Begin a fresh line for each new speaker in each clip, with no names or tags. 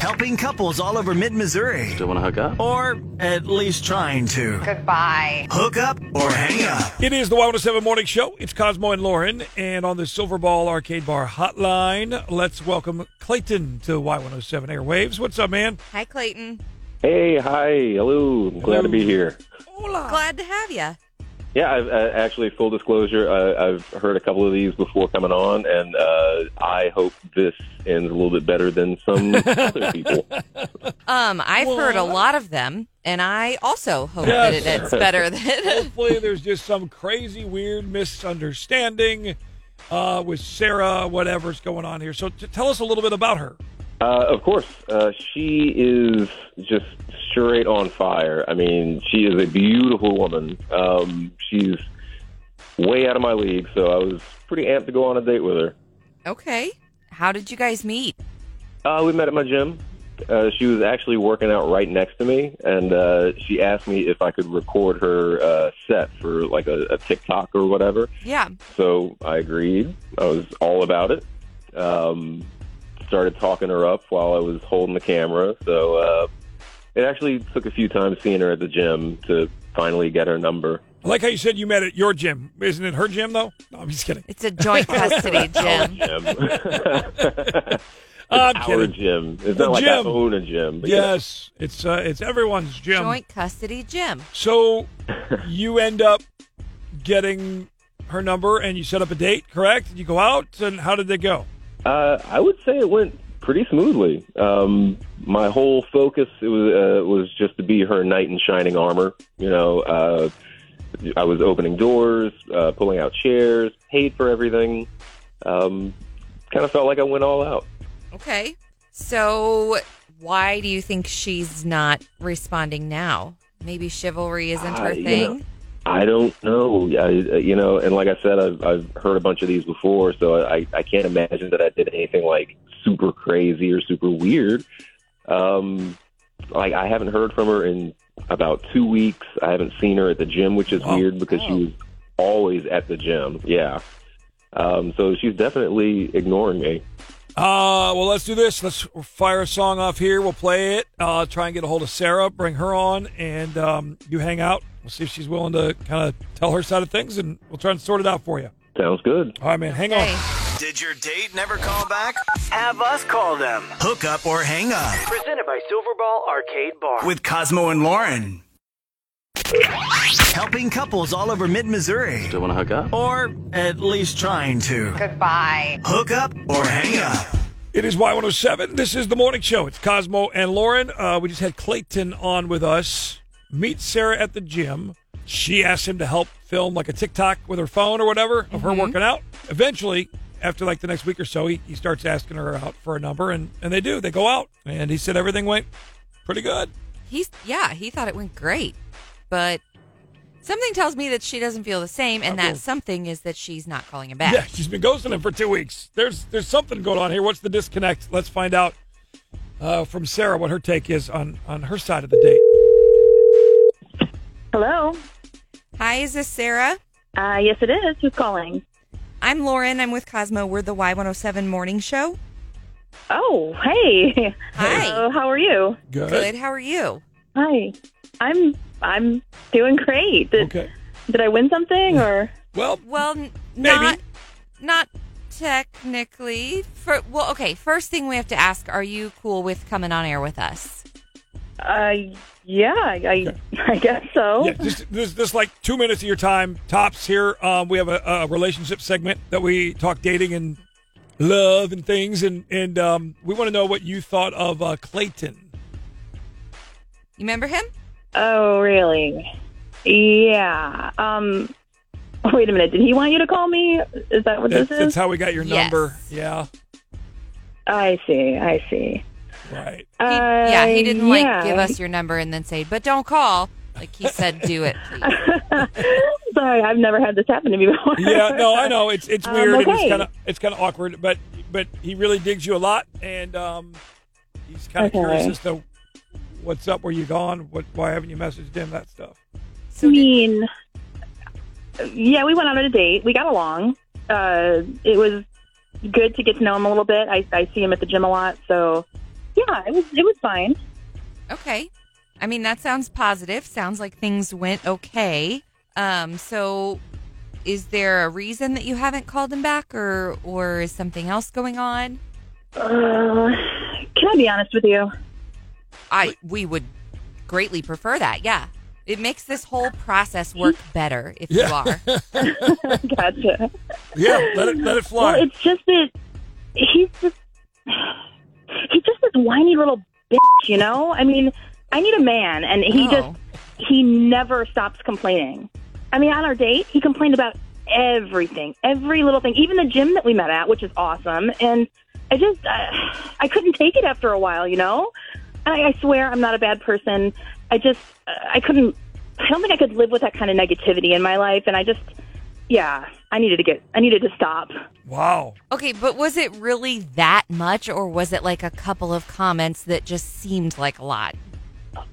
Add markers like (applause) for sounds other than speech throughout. helping couples all over mid Missouri.
Still want to hook up?
Or at least trying to.
Goodbye.
Hook up or hang up.
It is the Y107 Morning Show. It's Cosmo and Lauren. And on the Silver Ball Arcade Bar Hotline, let's welcome Clayton to Y107 Airwaves. What's up, man?
Hi, Clayton.
Hey, hi, hello. I'm glad to be here.
Hola.
Glad to have you.
Yeah, I've, uh, actually, full disclosure, uh, I've heard a couple of these before coming on, and uh, I hope this ends a little bit better than some other people.
Um, I've heard a lot of them, and I also hope that
Yes.
it ends better than. (laughs)
Hopefully, there's just some crazy, weird misunderstanding uh, with Sarah, whatever's going on here. So t- tell us a little bit about her.
Uh, of course, uh, she is just straight on fire. I mean, she is a beautiful woman. Um, she's way out of my league, so I was pretty amped to go on a date with her.
okay. How did you guys meet?
Uh, we met at my gym. Uh, she was actually working out right next to me, and uh, she asked me if I could record her uh, set for like a, a TikTok or whatever.
Yeah.
So I agreed. I was all about it. Um, started talking her up while I was holding the camera. So uh, it actually took a few times seeing her at the gym to finally get her
(laughs)
number.
I like how you said you met at your gym. Isn't it her gym, though? No, I'm just kidding.
It's a (laughs) joint custody gym.
Gym.
I'm
(laughs) Our
kidding.
gym. It's not like I
gym.
own a gym. but
Yes, it's uh, it's everyone's gym.
Joint custody gym.
So you end up getting her number and you set up a date, correct? You go out, and how did they go?
Uh, I would say it went pretty smoothly. Um, my whole focus it was uh, was just to be her knight in shining armor. You know, uh, I was opening doors, uh, pulling out chairs, paid for everything. Um, kind of felt like I went all out.
Okay. So why do you think she's not responding now? Maybe chivalry isn't her
I- you
thing.
know, I don't know, I, you know, and like I said, I've, I've heard a bunch of these before, so I, I can't imagine that I did anything like super crazy or super weird. Um, like I haven't heard from her in about two weeks. I haven't seen her at the gym, which is
Wow.
weird because she was always at the gym. Yeah. Um, so she's definitely ignoring me.
Uh, well, let's do this. Let's fire a song off here. We'll play it. Uh, try and get a hold of Sarah, bring her on, and um, you hang out. We'll see if she's willing to kind of tell her side of things, and we'll try and sort it out for you.
Sounds good.
All right, man. Hang
Okay.
on.
Did your date never call back?
Have us call them.
Hook up or hang up
Presented by Silverball Arcade Bar.
with Cosmo and Lauren. Helping couples all over mid Missouri.
Still want to hook up?
Or at least trying to.
Goodbye.
Hook up or hang up.
It is Y107. This is the morning show. It's Cosmo and Lauren. Uh, we just had Clayton on with us. Meet Sarah at the gym. She asked him to help film like a TikTok with her phone or whatever of her working out. Eventually, after like the next week or so, he, he starts asking her out for a number, and, and they do. They go out, and he said everything went pretty good.
He's yeah, he thought it went great. But something tells me that she doesn't feel the same and that something is that she's not calling him back.
Yeah, she's been ghosting him for two weeks. There's there's something going on here. What's the disconnect? Let's find out uh, from Sarah what her take is on on her side of the date.
Hello.
Hi, is this Sarah?
Uh, yes, it is. Who's calling?
I'm Lauren. I'm with Cosmo. We're the Y107 morning show.
Oh, hey.
Hi.
Uh, how are you?
Good. How are you?
Hi. I'm I'm doing great. Did,
Okay.
did I win something or?
Well,
Well, n- not not technically. For, well, okay. First thing we have to ask: Are you cool with coming on air with us?
Uh, yeah. I (laughs) I guess so.
Yeah, just this, this like two minutes of your time tops here. Um, we have a, a relationship segment that we talk dating and love and things, and and um, we want to know what you thought of uh, Clayton.
You remember him?
Oh, really? Yeah. Um. Wait a minute. Did he want you to call me? Is that what
That,
this
that's
is?
how we got your
Yes.
number. Yeah,
I see. I see.
right.
He,
uh,
yeah, he didn't
yeah.
like give us your number and then say, "But don't call." Like he said, "Do it,
(laughs)
please."
(laughs) Sorry, I've never had this happen to me (laughs) before.
Yeah, no, I know it's it's
Um,
weird. and it's
okay.
kind of it's kind of awkward, but but he really digs you a lot, and um, he's kind of
Okay.
curious as to what's up, where you gone, what why haven't you messaged him, that stuff.
So
I
did-
mean, yeah, we went out on a date. We got along. Uh, it was good to get to know him a little bit. I, I see him at the gym a lot, so yeah, yeah, it was it was fine.
Okay. I mean, that sounds positive. Sounds like things went okay. Um, so is there a reason that you haven't called him back or or is something else going on?
Uh, can I be honest with you?
I we would greatly prefer that. Yeah. It makes this whole process work better if
Yeah.
you are.
(laughs)
(laughs)
Gotcha.
Yeah, let it let it
Well,
fly.
it's just that he's just he's just this whiny little bitch, you know. I mean, I need a man, and he
Oh.
just he never stops complaining. I mean, on our date, he complained about everything, every little thing, even the gym that we met at, which is awesome. And I just uh, I couldn't take it after a while, you know. And I, I swear, I'm not a bad person. I just uh, I couldn't. I don't think I could live with that kind of negativity in my life, and I just. Yeah, I needed to get, I needed to stop.
Wow.
Okay, but was it really that much or was it like a couple of comments that just seemed like a lot?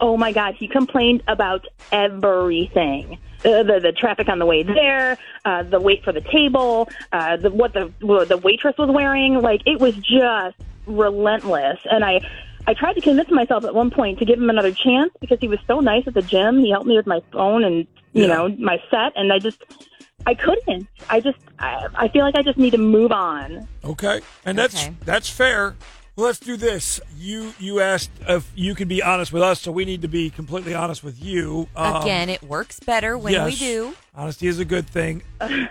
Oh my God, he complained about everything. Uh, the the traffic on the way there, uh, the wait for the table, uh, the what the what the waitress was wearing. Like it was just relentless, and I. I tried to convince myself at one point to give him another chance because he was so nice at the gym. He helped me with my phone and
Yeah.
you know my set, and I just I couldn't. I just I, I feel like I just need to move on.
Okay, and that's
Okay.
that's fair. Well, let's do this. You you asked if you could be honest with us, so we need to be completely honest with you. Um,
Again, it works better when we
yes, (laughs)
do.
honesty is a good thing.
Sure.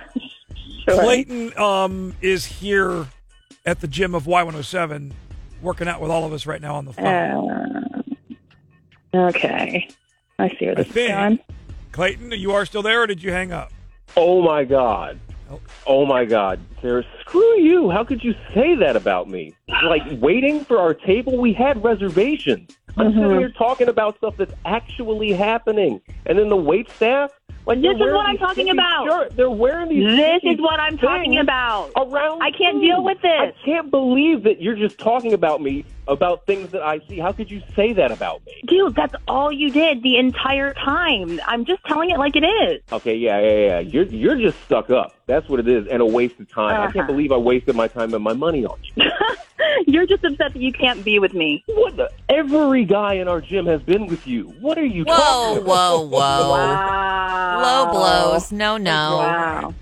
Clayton um, is here at the gym of Y107, working out with all of us right now on the phone.
Uh, okay, I see where
I
this is
think.
going.
Clayton, you are still there, or did you hang up?
Oh my God. Oh my God. Sarah, screw you. How could you say that about me? Like, waiting for our table, we had reservations. I'm
Mm-hmm.
sitting here talking about stuff that's actually happening. And then the wait staff, like,
This
they're
is what
wearing
I'm
these
talking
shitty
about.
shirts. They're wearing these.
This
shitty
is what I'm talking
things
about. Oh,
Around
I can't
food.
deal with
I
this.
can't believe that you're just talking about me about things that I see. How could you say that about me?
Dude, that's all you did the entire time. I'm just telling it like it is. (laughs)
Okay, yeah, yeah, yeah. You're you're just stuck up. That's what it is, and a waste of time. I
Uh-huh.
can't believe I wasted my time and my money on you.
You're just upset that you can't be with me.
What the? Every guy in our gym has been with you. What are you talking
Whoa,
about?
whoa, whoa.
Wow.
Low blows. No, no.
Wow.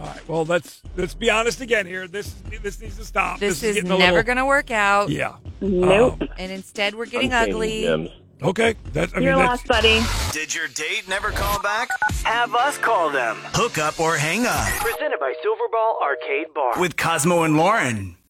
All right. Well, let's let's be honest again here. This this needs to stop.
This, is
getting a
never
little-
going to work out.
Yeah.
Nope.
Um,
And instead, we're
I'm
getting
changing
ugly.
gyms.
okay. That, I mean,
You're
that's,
lost, buddy.
Did your date never call back?
Have us call them.
Hook up or hang up
Presented by Silverball Arcade Bar.
with Cosmo and Lauren.